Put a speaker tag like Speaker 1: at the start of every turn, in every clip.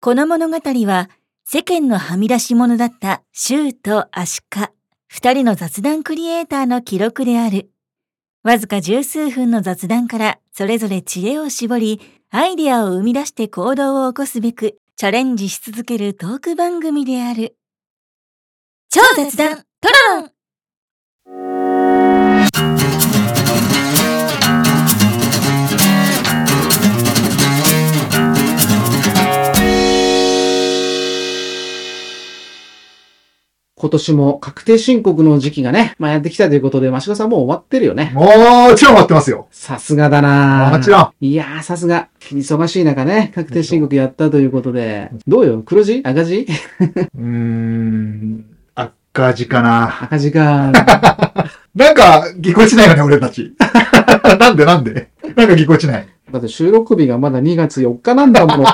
Speaker 1: この物語は世間のはみ出し者だったシューとアシカ、二人の雑談クリエイターの記録である。わずか十数分の雑談からそれぞれ知恵を絞り、アイデアを生み出して行動を起こすべくチャレンジし続けるトーク番組である。超雑談トロロン
Speaker 2: 今年も確定申告の時期がね、まあ、やってきたということで、マシコさんもう終わってるよね。
Speaker 3: もちろん待ってますよ。
Speaker 2: さすがだな
Speaker 3: もちろん。
Speaker 2: いやー、さすが。忙しい中ね、確定申告やったということで。どうよ黒字赤字
Speaker 3: うーん、赤字かな。
Speaker 2: 赤字か。
Speaker 3: なんか、ぎこちないよね、俺たち。 なんでなんでなんかぎこちない。
Speaker 2: だって収録日がまだ2月4日なんだ もん。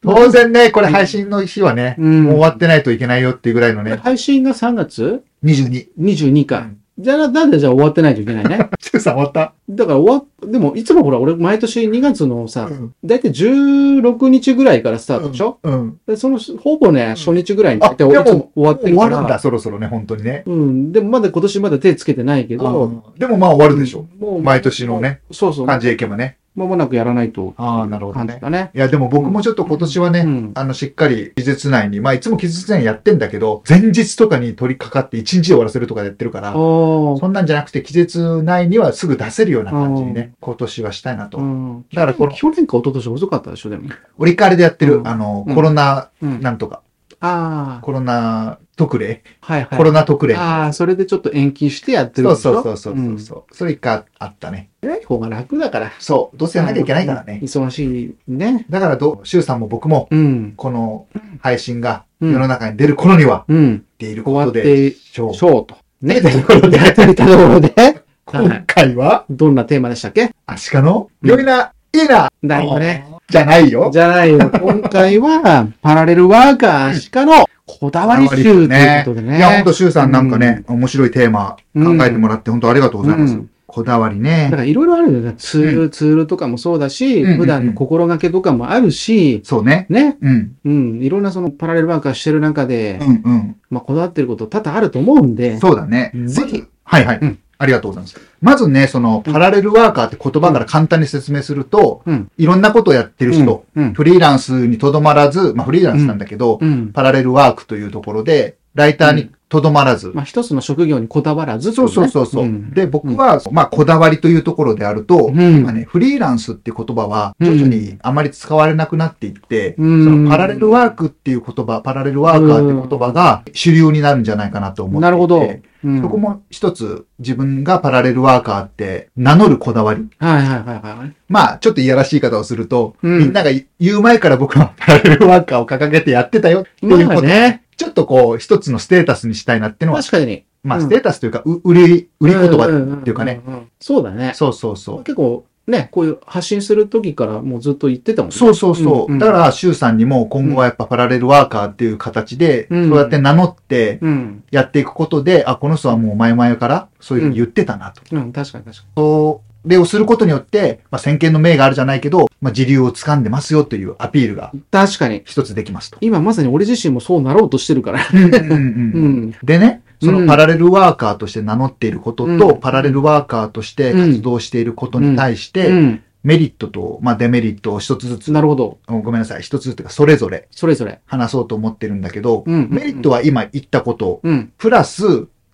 Speaker 3: 当然ね、これ配信の日はね、
Speaker 2: うん
Speaker 3: もう終わってないといけないよっていうぐらいのね、
Speaker 2: 配信が3月
Speaker 3: 22。
Speaker 2: 22か。
Speaker 3: うん
Speaker 2: じゃあ、なんでじゃあ終わってないといけない ね。
Speaker 3: 中さん終わった、
Speaker 2: だから終わっ、でもいつもほら、俺毎年2月のさ、
Speaker 3: ん、
Speaker 2: だいたい16日ぐらいからスタートでしょ、
Speaker 3: うん。
Speaker 2: で、その、ほぼね、初日ぐらいに、
Speaker 3: あ
Speaker 2: 大体いつ
Speaker 3: で
Speaker 2: も
Speaker 3: も
Speaker 2: 終わって
Speaker 3: 終
Speaker 2: るか
Speaker 3: わ
Speaker 2: ら。
Speaker 3: るんだ、そろそろね、本当にね。
Speaker 2: うん。でもまだ今年まだ手つけてないけど。
Speaker 3: うんでもまあ終わるでしょ。
Speaker 2: もう、
Speaker 3: 毎年のね、
Speaker 2: そうそう。
Speaker 3: 感じでいけばね。
Speaker 2: まもなくやらないと。
Speaker 3: ああなるほどね
Speaker 2: 感じだね。
Speaker 3: いや、でも僕もちょっと今年はね、
Speaker 2: うん。
Speaker 3: あの、しっかり期日内に、まあ、いつも期日内にやってんだけど、前日とかに取り掛かって1日で終わらせるとかやってるから、
Speaker 2: おー。
Speaker 3: そんなんじゃなくて、期日内にはすぐ出せるような感じにね、今年はしたいなと。
Speaker 2: うん。
Speaker 3: だからこの、
Speaker 2: 去年か一昨年遅かったでしょ、でも。
Speaker 3: 折り返りでやってる、
Speaker 2: うん
Speaker 3: あの、
Speaker 2: うん
Speaker 3: コロナ、
Speaker 2: うん。あ
Speaker 3: なんとか、
Speaker 2: あー。
Speaker 3: コロナ特例、
Speaker 2: はいはい。
Speaker 3: コロナ特例。
Speaker 2: ああ、それでちょっと延期してやってる
Speaker 3: そ
Speaker 2: ん
Speaker 3: う
Speaker 2: でしょ
Speaker 3: そうそうそうそう
Speaker 2: う
Speaker 3: そう、それ一回あったね。
Speaker 2: ん。ない方が楽だから。
Speaker 3: そう、どうせやんなきゃいけないからね。
Speaker 2: 忙しいね。
Speaker 3: だからどう、シュウさんも僕も、
Speaker 2: うん。
Speaker 3: この配信が
Speaker 2: うん
Speaker 3: 世の中に出る頃には、
Speaker 2: うん。
Speaker 3: 出
Speaker 2: 終
Speaker 3: るこ
Speaker 2: わ
Speaker 3: と
Speaker 2: っ
Speaker 3: で
Speaker 2: て、
Speaker 3: しょう。
Speaker 2: ショート。ね。
Speaker 3: ということで、
Speaker 2: といったところで、
Speaker 3: 今回は、
Speaker 2: どんなテーマでしたっけ
Speaker 3: アシカの
Speaker 2: うん
Speaker 3: 良いな、いいな、
Speaker 2: だよね。
Speaker 3: じゃないよ。
Speaker 2: じゃないよ。今回は、 パラレルワーカーしかのこだわり集ということでね。
Speaker 3: いや、ほんと、シュウさんなんかね、面白いテーマ考えてもらって、ほんとありがとうございます。
Speaker 2: うん
Speaker 3: こだわり
Speaker 2: だから
Speaker 3: ね。
Speaker 2: いろいろあるよね。ツール、
Speaker 3: う
Speaker 2: ツールとかもそうだし、
Speaker 3: うんうんうん
Speaker 2: 普段の心がけとかもあるし、
Speaker 3: そうね。
Speaker 2: ね。
Speaker 3: うん。
Speaker 2: うん。いろんなそのパラレルワーカーしてる中で
Speaker 3: う、ん
Speaker 2: まあ、こだわってること多々あると思うん
Speaker 3: う
Speaker 2: で
Speaker 3: ん。。そうだね。
Speaker 2: ぜひ。
Speaker 3: はいはい。
Speaker 2: うん
Speaker 3: ありがとうございます。まずね、その、
Speaker 2: うん
Speaker 3: パラレルワーカーって言葉から簡単に説明すると、
Speaker 2: うん
Speaker 3: いろんなことをやってる人、
Speaker 2: うん。うん。
Speaker 3: フリーランスにとどまらず、まあフリーランスなんだけど、
Speaker 2: うん。
Speaker 3: パラレルワークというところで、ライターにとどまらず、
Speaker 2: まあ、一つの職業にこだわらずって
Speaker 3: そ
Speaker 2: こと
Speaker 3: うそ
Speaker 2: ね、
Speaker 3: うそうそう、
Speaker 2: ん
Speaker 3: で、僕は、まあ、こだわりというところである
Speaker 2: う
Speaker 3: と、
Speaker 2: ん
Speaker 3: まあね、フリーランスっていう言葉は、
Speaker 2: うん
Speaker 3: 徐々にあまり使われなくなっていって、
Speaker 2: うん
Speaker 3: そのパラレルワークっていう言葉、パラレルワーカーっていう言葉が主流になるんじゃないかなと思っていて。
Speaker 2: なるほど。うん
Speaker 3: そこも一つ自分がパラレルワーカーって名乗るこだわり。
Speaker 2: はいはいはいはい。
Speaker 3: まあ、ちょっといやらしい言い方をすると、
Speaker 2: うん
Speaker 3: みんなが言う前から僕はパラレルワーカーを掲げてやってたよっていう
Speaker 2: ま
Speaker 3: こ
Speaker 2: あ
Speaker 3: と。
Speaker 2: ね、
Speaker 3: ちょっとこう、一つのステータスにしたいなってのは、
Speaker 2: 確かに。
Speaker 3: まあ、
Speaker 2: うん
Speaker 3: ステータスというか、う売り、売り言葉っていうかね。
Speaker 2: んんんん。そうだね。
Speaker 3: そうそうそう。
Speaker 2: 結構ね、こういう発信する時からもうずっと言ってたもんね。
Speaker 3: そうそうそう。
Speaker 2: うんうん
Speaker 3: だから、シュウさんにも今後はやっぱパラレルワーカーっていう形で、
Speaker 2: うん
Speaker 3: そうやって名乗って
Speaker 2: うん。
Speaker 3: やっていくことで、あ、この人はもう前々からそういうふうに言ってたなと。
Speaker 2: うん、確かに確か
Speaker 3: それをすることによって、まあ、先見の明があるじゃないけど、まあ、自流を掴んでますよというアピールが
Speaker 2: に。確かに。
Speaker 3: 一つできますと。
Speaker 2: 今まさに俺自身もそうなろうとしてるから。う
Speaker 3: で
Speaker 2: ん。
Speaker 3: ね、そ
Speaker 2: うん
Speaker 3: のパラレルワーカーとして名乗っていることと、
Speaker 2: うん
Speaker 3: パラレルワーカーとして活動していることに対して、
Speaker 2: うん。
Speaker 3: メリットと、まあ、デメリットを一つずつ、
Speaker 2: なるほど。
Speaker 3: ごめんなさい、一つずつというか、それぞれ
Speaker 2: それぞれ。
Speaker 3: 話そうと思ってるんだけど、
Speaker 2: うん。
Speaker 3: メリットは今言ったこと、
Speaker 2: うん。
Speaker 3: プラス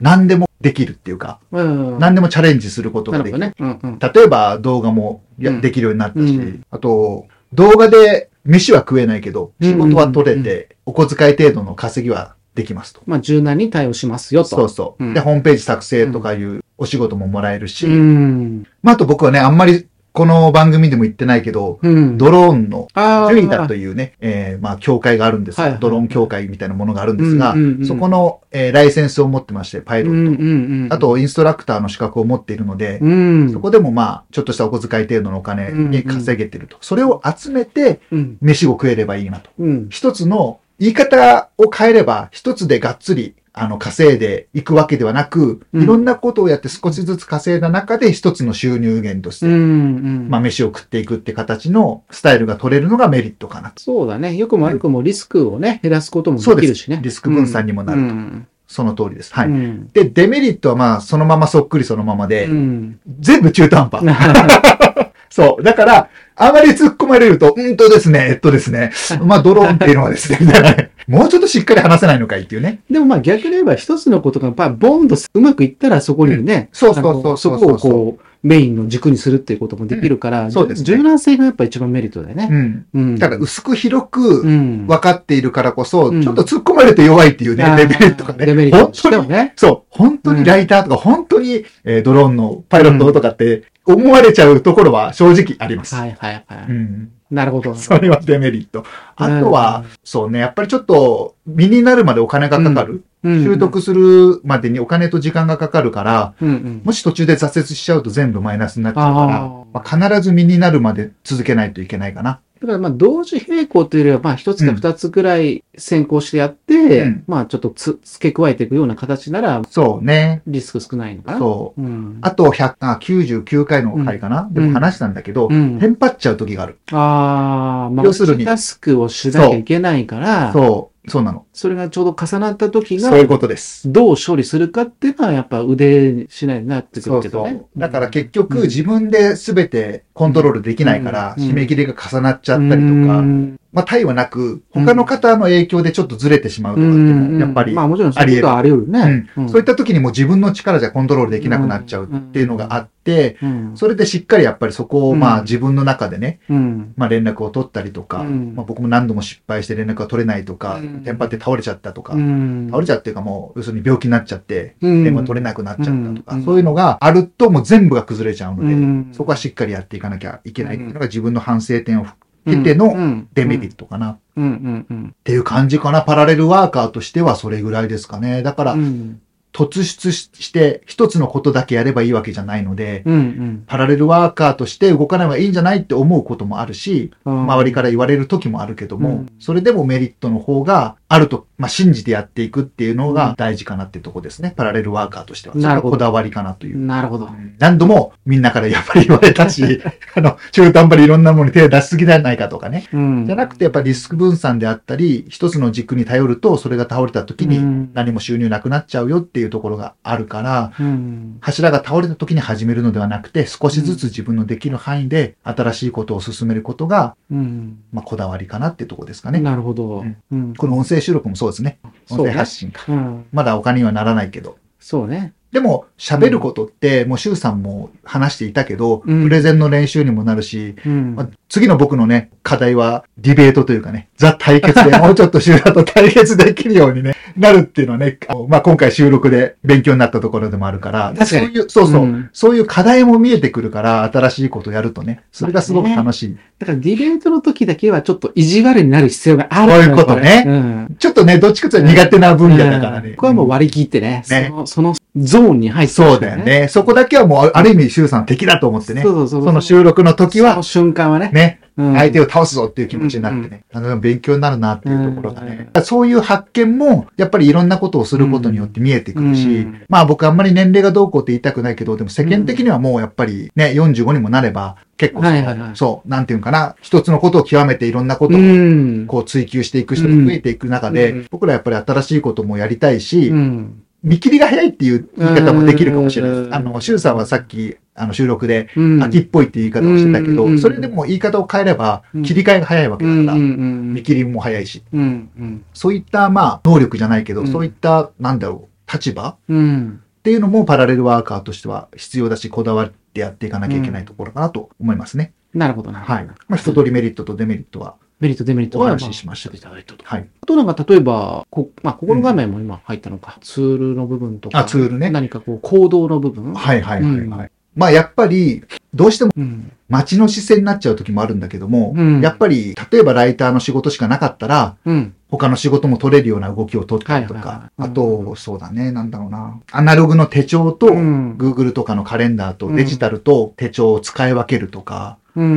Speaker 3: 何でもできるっていうか、
Speaker 2: うん。
Speaker 3: 何でもチャレンジすること
Speaker 2: な
Speaker 3: が
Speaker 2: るほ
Speaker 3: でき
Speaker 2: ど
Speaker 3: る。
Speaker 2: ね。うんうん。
Speaker 3: 例えば動画もや、
Speaker 2: うん
Speaker 3: できるようになったし、
Speaker 2: うん
Speaker 3: あと、動画で飯は食えないけど、
Speaker 2: うん
Speaker 3: 仕事は取れて、お小遣い程度の稼ぎはできますと。
Speaker 2: まあ柔軟に対応しますよと。
Speaker 3: そうそう、
Speaker 2: うん
Speaker 3: で、ホームページ作成とかいうお仕事ももらえるし、
Speaker 2: うん。
Speaker 3: まあ、あと僕はね、あんまりこの番組でも言ってないけど、
Speaker 2: うん。
Speaker 3: ドローンの
Speaker 2: あ
Speaker 3: ジュイタと
Speaker 2: い
Speaker 3: いうね、えーまあ、協会があるんですが、
Speaker 2: はいはい
Speaker 3: ドローン協会みたいなものがあるんですが、
Speaker 2: うんうんうん
Speaker 3: そこの、えーライセンスを持ってまして、パイ
Speaker 2: う
Speaker 3: ロ
Speaker 2: んう
Speaker 3: ッ
Speaker 2: ん
Speaker 3: ト。
Speaker 2: うん。
Speaker 3: あ、と、インストラクターの資格を持っているので、
Speaker 2: うん。
Speaker 3: そこでもまあ、ちょっとしたお小遣い程度のお金に稼げてると。それを集めて、
Speaker 2: うん。
Speaker 3: 飯を食えればいいなと。
Speaker 2: うん。
Speaker 3: 一つの言い方を変えれば、一つでがっつり、あの、稼いでいくわけではなく、
Speaker 2: うん
Speaker 3: いろんなことをやって少しずつ稼いだ中で一つの収入源とし
Speaker 2: うん、
Speaker 3: て、
Speaker 2: うん。
Speaker 3: まあ、飯を食っていくって形のスタイルが取れるのがメリットかなと。
Speaker 2: そうだね。よくも悪くもリスクをね、減らすこともできるしね。
Speaker 3: リスク分散にもなると。
Speaker 2: うん
Speaker 3: その通りです。はい。
Speaker 2: うん
Speaker 3: で、デメリットはまあ、そのままそっくりそのままで、
Speaker 2: うん。
Speaker 3: 全部中途半端。そう。だから、あまり突っ込まれると、うんとですね、えっとで すね、まあ、ドローンっていうのはですね、 みたいなねもうちょっとしっかり話せないのかいっていうね。
Speaker 2: でもまあ逆に言えば一つのことがやっぱボンとうまくいったらそこにね、
Speaker 3: そうそう
Speaker 2: あの
Speaker 3: そうそう
Speaker 2: こをこうメインの軸にするっていうこともできるから、
Speaker 3: んそうですね
Speaker 2: 柔軟性がやっぱ一番メリットだよ
Speaker 3: う
Speaker 2: ね。
Speaker 3: ん。
Speaker 2: うん。
Speaker 3: ただ、薄く広く
Speaker 2: うん。
Speaker 3: 分かっているからこそ、
Speaker 2: うん
Speaker 3: ちょっと突っ込まれると弱いっていうね、
Speaker 2: あー
Speaker 3: デメリットがね。
Speaker 2: デメリットとしては
Speaker 3: 本当に
Speaker 2: ね。
Speaker 3: そう。本当にライターとか、本当に、えードローンのパイロットとかって思われちゃうところは正直あります。
Speaker 2: はいはいは
Speaker 3: うん。
Speaker 2: い。なるほど。
Speaker 3: それはデメリット。あとは、そうね、やっぱりちょっと身になるまでお金がかかる。
Speaker 2: うん、
Speaker 3: 習得するまでにお金と時間がかかるから、
Speaker 2: うんうん。
Speaker 3: もし途中で挫折しちゃうと全部マイナスになっちゃう
Speaker 2: あ
Speaker 3: か
Speaker 2: あ。
Speaker 3: ら、まあ、必ず身になるまで続けないといけないかな。
Speaker 2: だからまあ同時並行というよりは、まあ一つか
Speaker 3: うん
Speaker 2: 二つぐらい先行してやって、
Speaker 3: うん
Speaker 2: まあちょっとつ付け加えていくような形なら
Speaker 3: そうね。
Speaker 2: リスク少ないのかな。
Speaker 3: そ
Speaker 2: う。
Speaker 3: う。
Speaker 2: ん。
Speaker 3: あと100あ、99回の回かな、
Speaker 2: ん
Speaker 3: でも話したんだけど、
Speaker 2: うん、
Speaker 3: テンパっちゃう時がある。
Speaker 2: ああ、まあ、
Speaker 3: 要するに
Speaker 2: マルチタスクをしなきゃいけないから、そ
Speaker 3: そう。そうなの。
Speaker 2: れがちょうど重なった時
Speaker 3: そうい
Speaker 2: が、
Speaker 3: うことです。
Speaker 2: どう処理するかっていうのは、やっぱ腕しないなってく
Speaker 3: そ
Speaker 2: る
Speaker 3: う
Speaker 2: け
Speaker 3: そ
Speaker 2: どね
Speaker 3: う。。だから結
Speaker 2: うん
Speaker 3: 局自分で全てコントロールできないから、
Speaker 2: うん
Speaker 3: 締め切りが重なっち
Speaker 2: だ
Speaker 3: ゃったりとか、
Speaker 2: うん
Speaker 3: まあ、対はなく、他の方の影響でちょっとずれてしまうとかっていうのも、やっぱり
Speaker 2: まあもちろんそういうことはあり得るね。ん
Speaker 3: そういっ、た時にもう自分の力じゃコントロールできなくなっちゃうっていうのがあって、
Speaker 2: うん、
Speaker 3: それでしっかりやっぱりそこをま
Speaker 2: う
Speaker 3: あ
Speaker 2: ん
Speaker 3: 自分の中でね、
Speaker 2: うん。
Speaker 3: まあ連絡を取ったりとか、
Speaker 2: うん
Speaker 3: まあ僕も何度も失敗して連絡が取れないとか
Speaker 2: うん、
Speaker 3: テンパって倒れちゃったとか
Speaker 2: う、ん。
Speaker 3: 倒れちゃうっていうかもう要するに病気になっちゃって、
Speaker 2: うん
Speaker 3: 電話取れなくなっちゃったと
Speaker 2: う
Speaker 3: か
Speaker 2: ん、
Speaker 3: そういうのがあるともう全部が崩れちゃう
Speaker 2: う
Speaker 3: ので、
Speaker 2: ん
Speaker 3: そこはしっかりやっていかなきゃいけないっていうのが自分の反省点を含めて
Speaker 2: う
Speaker 3: の
Speaker 2: ん
Speaker 3: デメリットかな。
Speaker 2: うんうんうん
Speaker 3: っていう感じかな。パラレルワーカーとしてはそれぐらいですかね。だから
Speaker 2: う、ん
Speaker 3: 突出しして一つのことだけやればいいわけじゃないので、
Speaker 2: うん
Speaker 3: パラレルワーカーとして動かない方がいいんじゃないって思うこともあるし、
Speaker 2: うん
Speaker 3: 周りから言われる時もあるけども、
Speaker 2: うん
Speaker 3: それでもメリットの方があると、まあ、信じてやっていくっていうの
Speaker 2: うん
Speaker 3: が大事かなってとこですね。パラレルワーカーとしては。
Speaker 2: なるほど
Speaker 3: それがこだわりかなという。
Speaker 2: なるほど。
Speaker 3: 何度もみんなからやっぱり言われたし、 あの、中途半端にいろんなものに手を出しすぎじゃないかとかね。
Speaker 2: うん
Speaker 3: じゃなくてやっぱりリスク分散であったり、一つの軸に頼るとそれが倒れた時に
Speaker 2: うん
Speaker 3: 何も収入なくなっちゃうよっていうところがあるから、
Speaker 2: うん
Speaker 3: 柱が倒れた時に始めるのではなくて、少しずつ自分のできる範囲で新しいことを進めることが、
Speaker 2: うん
Speaker 3: まあ、こだわりかなってとこですかね。
Speaker 2: なるほど
Speaker 3: うん。
Speaker 2: うん
Speaker 3: この音声収録もそうですね。
Speaker 2: そ
Speaker 3: 音
Speaker 2: う
Speaker 3: 声
Speaker 2: ね
Speaker 3: 発信か。
Speaker 2: うん
Speaker 3: まだお金にはならないけど。
Speaker 2: そうね。
Speaker 3: でも、喋ることって、もう、シュウさんも話していたけど、
Speaker 2: うん
Speaker 3: プレゼンの練習にもなるし、
Speaker 2: うん
Speaker 3: まあ次の僕のね、課題は、ディベートというかね、ザ対決 で、もうちょっとシュウさんと対決できるようにね、なるっていうのはね、あのまあ、今回収録で勉強になったところでもあるから、
Speaker 2: 確かに
Speaker 3: そういう、そうそう、
Speaker 2: うん
Speaker 3: そういう課題も見えてくるから、新しいことやるとね、それがすごく楽しい。
Speaker 2: だからディベートの時だけはちょっと意地悪になる必要がある
Speaker 3: そういうことね
Speaker 2: これうん。
Speaker 3: ちょっとね、どっちかというと苦手な分野だから
Speaker 2: う
Speaker 3: ね
Speaker 2: ん。ここはもう割り切ってね。
Speaker 3: ね
Speaker 2: そのそのゾーンに入ってほし
Speaker 3: そう
Speaker 2: い
Speaker 3: だよ。ね。そこだけはもう、ある意味、シュウさん敵だと思ってね。
Speaker 2: そうそうそう。
Speaker 3: その収録の時
Speaker 2: そ
Speaker 3: は
Speaker 2: の、瞬間はね。
Speaker 3: ね、
Speaker 2: うん
Speaker 3: 相手を倒すぞっていう気持ちになってね、あの、勉強になるなっていうところが
Speaker 2: うん
Speaker 3: ね。そういう発見も、やっぱりいろんなことをすることによって見えてくる
Speaker 2: う
Speaker 3: し
Speaker 2: ん、
Speaker 3: まあ僕あんまり年齢がどうこうって言いたくないけど、でも世間的にはもうやっぱりね、45にもなれば、結構そ
Speaker 2: はいはいはい
Speaker 3: の、そう、なんていうのかな、一つのことを極めていろんなことを
Speaker 2: うん。
Speaker 3: こう追求していく人が増えていく中で、
Speaker 2: うん
Speaker 3: 僕らやっぱり新しいこともやりたいし、
Speaker 2: うん
Speaker 3: 見切りが早いっていう言い方もできるかもしれないで
Speaker 2: う
Speaker 3: す。
Speaker 2: ん
Speaker 3: あの、シュウさんはさっき、あの、収録で、
Speaker 2: うん
Speaker 3: 秋っぽいっていう言い方をしてたけど、
Speaker 2: うん
Speaker 3: それでも言い方を変えれば
Speaker 2: うん、
Speaker 3: 切り替えが早いわけ
Speaker 2: う
Speaker 3: だ
Speaker 2: ん
Speaker 3: か
Speaker 2: う
Speaker 3: ら、
Speaker 2: ん
Speaker 3: 見切りも早いし、
Speaker 2: うんうん
Speaker 3: そういった、まあ、能力じゃないけど、
Speaker 2: うん
Speaker 3: そういった、なんだろう、立場
Speaker 2: うんうん
Speaker 3: っていうのもパラレルワーカーとしては必要だし、こだわってやっていかなきゃいけないところかなと思いますね。
Speaker 2: なるほどな。
Speaker 3: はい。まあ、一通りメリットとデメリットは、
Speaker 2: メリット、デメリット
Speaker 3: お話ししました
Speaker 2: ああいただいたと。
Speaker 3: はい。
Speaker 2: あとなんか、例えば、こまあ、ここの画面も今入ったのか、ツールの部分とか、
Speaker 3: あツールね
Speaker 2: 何かこう、行動の部分。
Speaker 3: はいはいはいはい。
Speaker 2: うん
Speaker 3: まあ、やっぱり、どうしても
Speaker 2: うん。
Speaker 3: 街の視線になっちゃう時もあるんだけども、
Speaker 2: うん
Speaker 3: やっぱり、例えばライターの仕事しかなかったら、
Speaker 2: うん。
Speaker 3: 他の仕事も取れるような動きを取ったりと
Speaker 2: はいはいは
Speaker 3: か、
Speaker 2: いうん
Speaker 3: あと、そうだね、なんだろうな。アナログの手帳と、
Speaker 2: うん
Speaker 3: Google とかのカレンダー
Speaker 2: う
Speaker 3: と
Speaker 2: ん
Speaker 3: デジタルと手帳を使い分けるとか、
Speaker 2: うん、う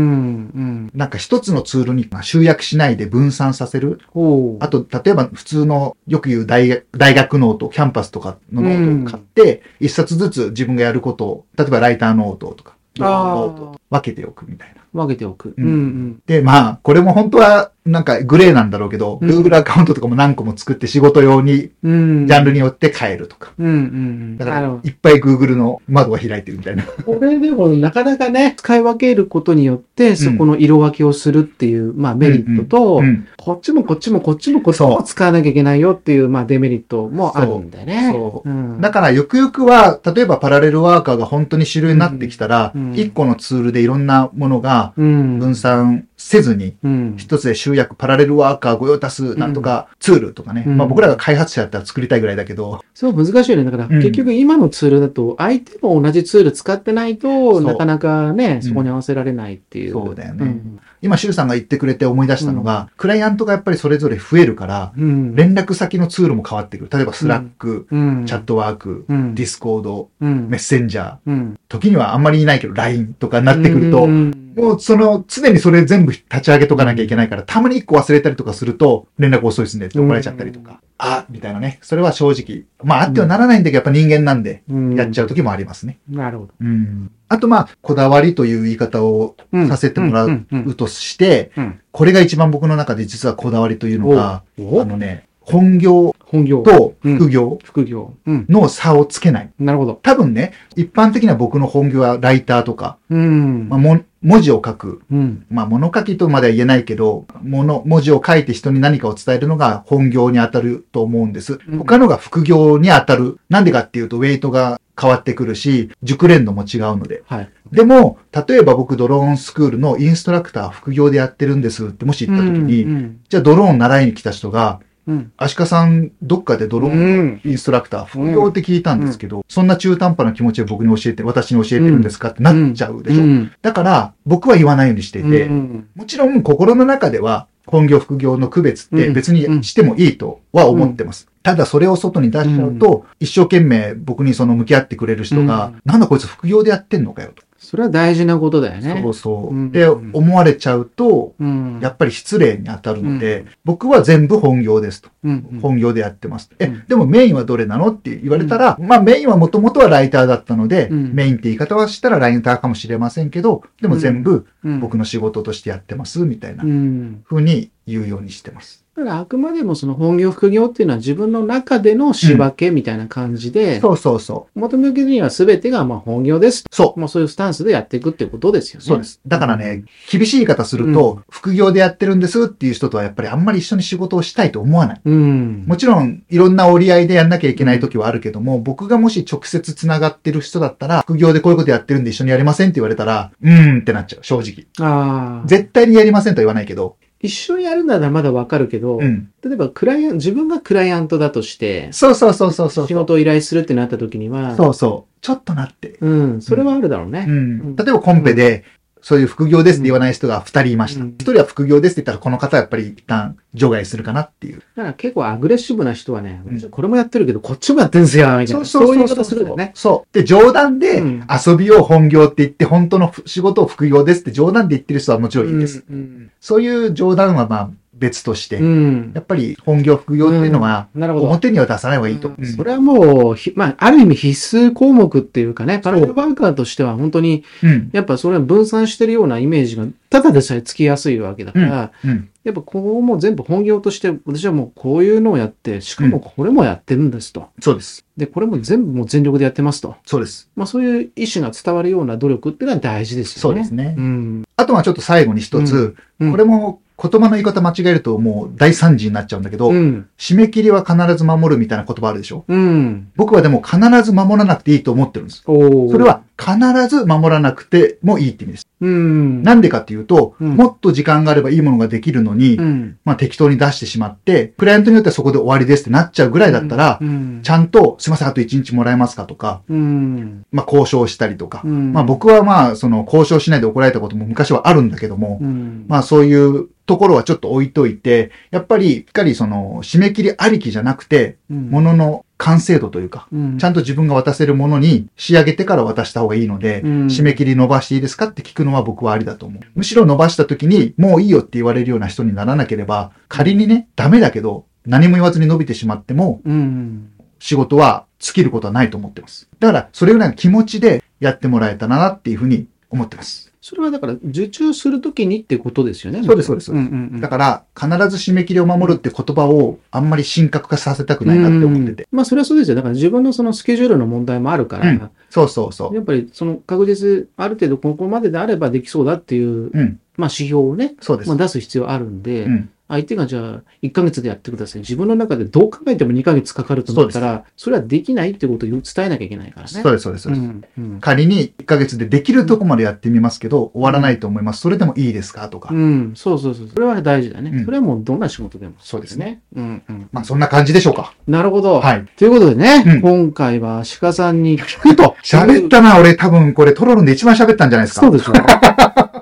Speaker 2: ん。
Speaker 3: なんか一つのツールにまあ集約しないで分散させる。
Speaker 2: ほう。
Speaker 3: あと、例えば普通のよく言う大学大学ノート、キャンパスとかのノートを買って、一冊ずつ自分がやることを、例えばライターノートとか、ノート
Speaker 2: ああ、
Speaker 3: 分けておくみたいな。
Speaker 2: 分けておく。
Speaker 3: う
Speaker 2: うんん、うん。
Speaker 3: で、まあ、これも本当はなんかグレーなんだろうけど、
Speaker 2: うん
Speaker 3: Google アカウントとかも何個も作って仕事用に、
Speaker 2: うん。
Speaker 3: ジャンルによって変えるとか。
Speaker 2: うん、うん。
Speaker 3: だ
Speaker 2: な
Speaker 3: か
Speaker 2: る
Speaker 3: ら
Speaker 2: ほ、
Speaker 3: いっぱい Google の窓が開いてるみたいな。
Speaker 2: どこれでもなかなかね、使い分けることによって、そこの色分けをするっていう、まあメリットと、
Speaker 3: うん
Speaker 2: こっちもこっちもこっちもこっちも使わなきゃいけないよっていう、まあデメリットもあるんだよね。。
Speaker 3: そう
Speaker 2: ん。
Speaker 3: だから、ゆくゆくは、例えばパラレルワーカーが本当に主流になってきたら、一、
Speaker 2: うんうん
Speaker 3: 個のツールでいろんなものが
Speaker 2: うん。
Speaker 3: 分散せずに、
Speaker 2: うん。
Speaker 3: 一つで集約、パラレルワーカー御用達なんとかツールとかね。
Speaker 2: うん
Speaker 3: まあ僕らが開発者だったら作りたいぐらいだけど、
Speaker 2: そう難しいよね。だから、
Speaker 3: ん
Speaker 2: 結局今のツールだと、相手も同じツール使ってない
Speaker 3: そ
Speaker 2: と、
Speaker 3: う
Speaker 2: なかなかね
Speaker 3: ん、
Speaker 2: そこに合わせられないっていう。
Speaker 3: そうだよね
Speaker 2: ん
Speaker 3: 今、シュウさんが言ってくれて思い出したのが、クライアントがやっぱりそれぞれ増えるから、
Speaker 2: うん。
Speaker 3: 連絡先のツールも変わってくる。例えば、スラック、
Speaker 2: うん。
Speaker 3: チャットワーク、
Speaker 2: うん。
Speaker 3: ディスコード、
Speaker 2: うん。
Speaker 3: メッセンジャー、
Speaker 2: うん。
Speaker 3: 時にはあんまりいないけど、LINE とかになってくると、
Speaker 2: うん
Speaker 3: もうその、常にそれ全部立ち上げとかなきゃいけないから、たまに一個忘れたりとかすると、連絡遅いですねって怒られちゃったりとか、
Speaker 2: うん
Speaker 3: あ、みたいなね。それは正直。まあ、あってはならないんだけど、やっぱ人間なんで、
Speaker 2: うん
Speaker 3: やっちゃう時もありますね。
Speaker 2: なるほど。
Speaker 3: うん。あと、まあ、こだわりという言い方を
Speaker 2: うん
Speaker 3: させてもら
Speaker 2: んん
Speaker 3: うとして、
Speaker 2: うん
Speaker 3: これが一番僕の中で実はこだわりというのが、
Speaker 2: お
Speaker 3: あのね、本業
Speaker 2: 本業。
Speaker 3: と副業
Speaker 2: 副業。うん。
Speaker 3: の差をつけない。
Speaker 2: なるほど。
Speaker 3: 多分ね、一般的な僕の本業はライターとか、
Speaker 2: うん
Speaker 3: まあ、。も文字を書く
Speaker 2: うん。
Speaker 3: まあ、物書きとまでは言えないけど、物、文字を書いて人に何かを伝えるのが本業に当たると思うんです。
Speaker 2: うん
Speaker 3: 他のが副業に当たる。なんでかっていうと、ウェイトが変わってくるし、熟練度も違うので。
Speaker 2: はい。
Speaker 3: でも、例えば僕、ドローンスクールのインストラクター副業でやってるんですって、もし言った時に、
Speaker 2: うん。
Speaker 3: じゃあドローン習いに来た人が、
Speaker 2: うん。
Speaker 3: アシカさん、どっかでドローン
Speaker 2: ン。
Speaker 3: インストラクター、副業って聞いたんですけど、そんな中途半端な気持ちを僕に教えて、私に教えてるんですかってなっちゃうでしょ。
Speaker 2: ん。
Speaker 3: だから、僕は言わないようにしていて、
Speaker 2: うん
Speaker 3: もちろん心の中では本業副業の区別って別にしてもいいとは思ってます。ただそれを外に出しちゃうと、一生懸命僕にその向き合ってくれる人が、
Speaker 2: うん
Speaker 3: なんだこいつ副業でやってんのかよと。
Speaker 2: それは大事なことだよね。
Speaker 3: そうそう。
Speaker 2: うん
Speaker 3: って思われちゃうと、
Speaker 2: うん。
Speaker 3: やっぱり失礼に当たるので、
Speaker 2: う
Speaker 3: 僕は全部本業ですと。
Speaker 2: うんうん
Speaker 3: 本業でやってます。え
Speaker 2: うん、
Speaker 3: でもメインはどれなのって言われたら、まあメインはもともとはライターだったので、
Speaker 2: うん
Speaker 3: メインって言い方はしたらライターかもしれませんけど、でも全部
Speaker 2: うん
Speaker 3: 僕の仕事としてやってます、みたいな
Speaker 2: う。ん。
Speaker 3: ふうに言うようにしてます。
Speaker 2: だからあくまでもその本業副業っていうのは自分の中での仕分けみたいな感じで、
Speaker 3: そうそうそ
Speaker 2: 求めるには全てがまあ本業です。
Speaker 3: う。そう。
Speaker 2: もうそういうスタンスでやっていくっていうことですよね。
Speaker 3: そうです。だからね、厳しい言い方すると、副業でやってるんですっていう人とはやっぱりあんまり一緒に仕事をしたいと思わない。
Speaker 2: うん。
Speaker 3: もちろん、いろんな折り合いでやんなきゃいけない時はあるけども、僕がもし直接繋がってる人だったら、副業でこういうことやってるんで一緒にやりませんって言われたら、うーんってなっちゃう、正直。
Speaker 2: ああ。
Speaker 3: 絶対にやりませんとは言わないけど、
Speaker 2: 一緒にやるならまだわかるけど、
Speaker 3: うん。
Speaker 2: 例えばクライアント、自分がクライアントだとして、
Speaker 3: そうそうそうそうそう
Speaker 2: 仕。事を依頼するってなった時には、
Speaker 3: そうそう。ちょっとなって。
Speaker 2: うん、それはあるだろうね。
Speaker 3: うん。
Speaker 2: ん
Speaker 3: 例えばコンペで、そういう副業ですって言わない人が2人いました。
Speaker 2: うん
Speaker 3: 1人は副業ですって言ったら、この方はやっぱり一旦除外するかなっていう。
Speaker 2: だから結構アグレッシブな人はね、
Speaker 3: うん
Speaker 2: これもやってるけど、こっちもやってんすよ、みたいな。そういう言い方するんだよね。
Speaker 3: そう。で、冗談で
Speaker 2: うん
Speaker 3: 遊びを本業って言って、本当の仕事を副業ですって冗談で言ってる人はもちろんいいです。
Speaker 2: うん。
Speaker 3: そういう冗談はまあ別として、
Speaker 2: うん
Speaker 3: やっぱり本業副業っていうのは、
Speaker 2: なるほど。
Speaker 3: 表には出さない方がいいと。
Speaker 2: うんそれはもう、ひまあ、ある意味必須項目っていうかね、パラレルワーカーとしては本当に、
Speaker 3: うん。
Speaker 2: やっぱそれは分散してるようなイメージが、ただでさえつきやすいわけだから、
Speaker 3: うん。
Speaker 2: やっぱここも全部本業として、私はもうこういうのをやって、しかもこれもやってるんですと。
Speaker 3: そうです。
Speaker 2: で、これも全部もう全力でやってますと。
Speaker 3: そうです。
Speaker 2: まあそういう意思が伝わるような努力っていうのは大事です
Speaker 3: そ
Speaker 2: よ
Speaker 3: う
Speaker 2: ね。
Speaker 3: ですね。
Speaker 2: うん。
Speaker 3: あとはちょっと最後に一つ、
Speaker 2: うん
Speaker 3: これも言葉の言い方間違えるともう大惨事になっちゃうんだけど、
Speaker 2: うん。
Speaker 3: 締め切りは必ず守るみたいな言葉あるでしょ
Speaker 2: うん。
Speaker 3: 僕はでも必ず守らなくていいと思ってるんです。
Speaker 2: おー
Speaker 3: それ、は必ず守らなくてもいいって意味です。
Speaker 2: うん。
Speaker 3: なんでかっていうと、
Speaker 2: うん
Speaker 3: もっと時間があればいいものができるのに、
Speaker 2: うん。
Speaker 3: まあ適当に出してしまって、クライアントによってはそこで終わりですってなっちゃうぐらいだったら、
Speaker 2: うん
Speaker 3: ちゃんと、すいません、あと1日もらえますかとか、
Speaker 2: うん。
Speaker 3: まあ交渉したりとか、
Speaker 2: うん
Speaker 3: まあ、僕はまあその交渉しないで怒られたことも昔はあるんだけども、
Speaker 2: うん。
Speaker 3: まあそういうところはちょっと置いといて、やっぱりしっかりその締め切りありきじゃなくて、
Speaker 2: うん、
Speaker 3: ものの完成度というか、
Speaker 2: うん
Speaker 3: ちゃんと自分が渡せるものに仕上げてから渡した方がいいので、
Speaker 2: うん
Speaker 3: 締め切り伸ばしていいですかって聞くのは僕はありだと思う。むしろ伸ばした時に、もういいよって言われるような人にならなければ、仮にね、ダメだけど、何も言わずに伸びてしまっても、
Speaker 2: うん。
Speaker 3: 仕事は尽きることはないと思ってます。だから、それぐらいの気持ちでやってもらえたらなっていうふうに思ってます。
Speaker 2: それはだから、受注するときにってことですよね。
Speaker 3: そうですそうですそう
Speaker 2: う
Speaker 3: で
Speaker 2: んうんうん
Speaker 3: だから、必ず締め切りを守るって言葉をあんまり深刻化させたくないなって思ってて。
Speaker 2: うんまあ、それはそうですよ。だから自分のそのスケジュールの問題もあるから、
Speaker 3: うんそうそうそう。
Speaker 2: やっぱりその確実、ある程度ここまでであればできそうだっていう、
Speaker 3: うん。
Speaker 2: まあ、指標をね、
Speaker 3: そうです
Speaker 2: まあ、。出す必要あるんで、
Speaker 3: うん。
Speaker 2: 相手がじゃあ1ヶ月でやってください。自分の中でどう考えても2ヶ月かかると思ったら、それはできないってことを言う伝えなきゃいけないからね。
Speaker 3: そうです、そうです。そうです
Speaker 2: うんうん
Speaker 3: 仮に1ヶ月でできるとこまでやってみますけど、終わらないと思います。それでもいいですかとか。
Speaker 2: うん、そうそうそう。それは大事だね。
Speaker 3: うん
Speaker 2: それはもうどんな仕事でも。
Speaker 3: そうですね。
Speaker 2: うんうん。
Speaker 3: まあ、そんな感じでしょうか。
Speaker 2: なるほど。
Speaker 3: はい。
Speaker 2: ということでね、
Speaker 3: うん
Speaker 2: 今回は鹿さんに聞くと。
Speaker 3: 喋ったな、俺多分これトロロンで一番喋ったんじゃないですか。
Speaker 2: そうでしょ。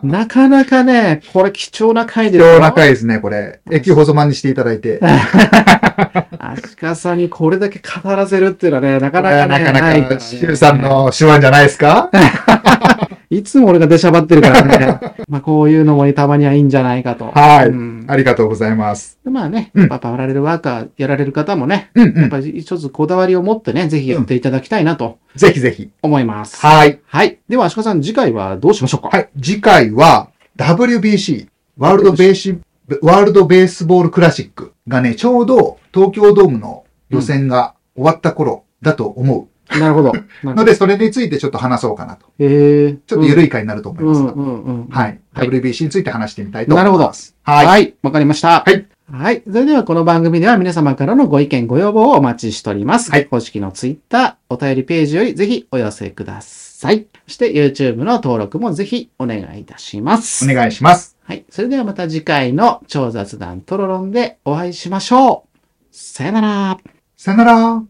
Speaker 2: なかなかね、これ貴重な回ですよ。
Speaker 3: 貴重な回ですね、これ。駅細マンにしていただいて。
Speaker 2: アシカさんにこれだけ語らせるっていうのはね、なか
Speaker 3: こ
Speaker 2: な
Speaker 3: れは
Speaker 2: か、ね、
Speaker 3: なか
Speaker 2: いら
Speaker 3: なか、
Speaker 2: ね
Speaker 3: シュウさん。の手腕じゃないですか
Speaker 2: いつも俺が出しゃばってるからね。 まあこういうのもたまにはいいんじゃないかと。
Speaker 3: はい、
Speaker 2: うん
Speaker 3: ありがとうございます。
Speaker 2: まあね、
Speaker 3: うん
Speaker 2: やっぱパラレルワーカーやられる方もね、
Speaker 3: うんう
Speaker 2: やっ
Speaker 3: ん。
Speaker 2: ぱり一つこだわりを持ってね、ぜひやっていただきたいなと
Speaker 3: ぜひぜひ。
Speaker 2: 思います。
Speaker 3: はい。
Speaker 2: はい。では、アシカさん、次回はどうしましょうか
Speaker 3: はい。次回は WBC、ワールドベーシ、ワールドベースボールクラシックがね、ちょうど東京ドームの予選が終わった頃だと思
Speaker 2: なるほど。
Speaker 3: う。
Speaker 2: なる
Speaker 3: の
Speaker 2: ほど。
Speaker 3: で、それについてちょっと話そうかなと。
Speaker 2: えー、
Speaker 3: ちょっと緩
Speaker 2: い
Speaker 3: い回になると思いうます
Speaker 2: ん
Speaker 3: が。
Speaker 2: うんうん。
Speaker 3: はい。
Speaker 2: はい
Speaker 3: WBC について話してみたいと思います。な
Speaker 2: はい。
Speaker 3: はい。
Speaker 2: わかりました。
Speaker 3: はい。
Speaker 2: はい。それではこの番組では皆様からのご意見、ご要望をお待ちしております。
Speaker 3: はい
Speaker 2: 公式のツイッター、お便りページよりぜひお寄せください。そして YouTube の登録もぜひお願いいたします。
Speaker 3: お願いします。
Speaker 2: はい。それではまた次回の超雑談トロロンでお会いしましょう。さよなら。
Speaker 3: さよなら。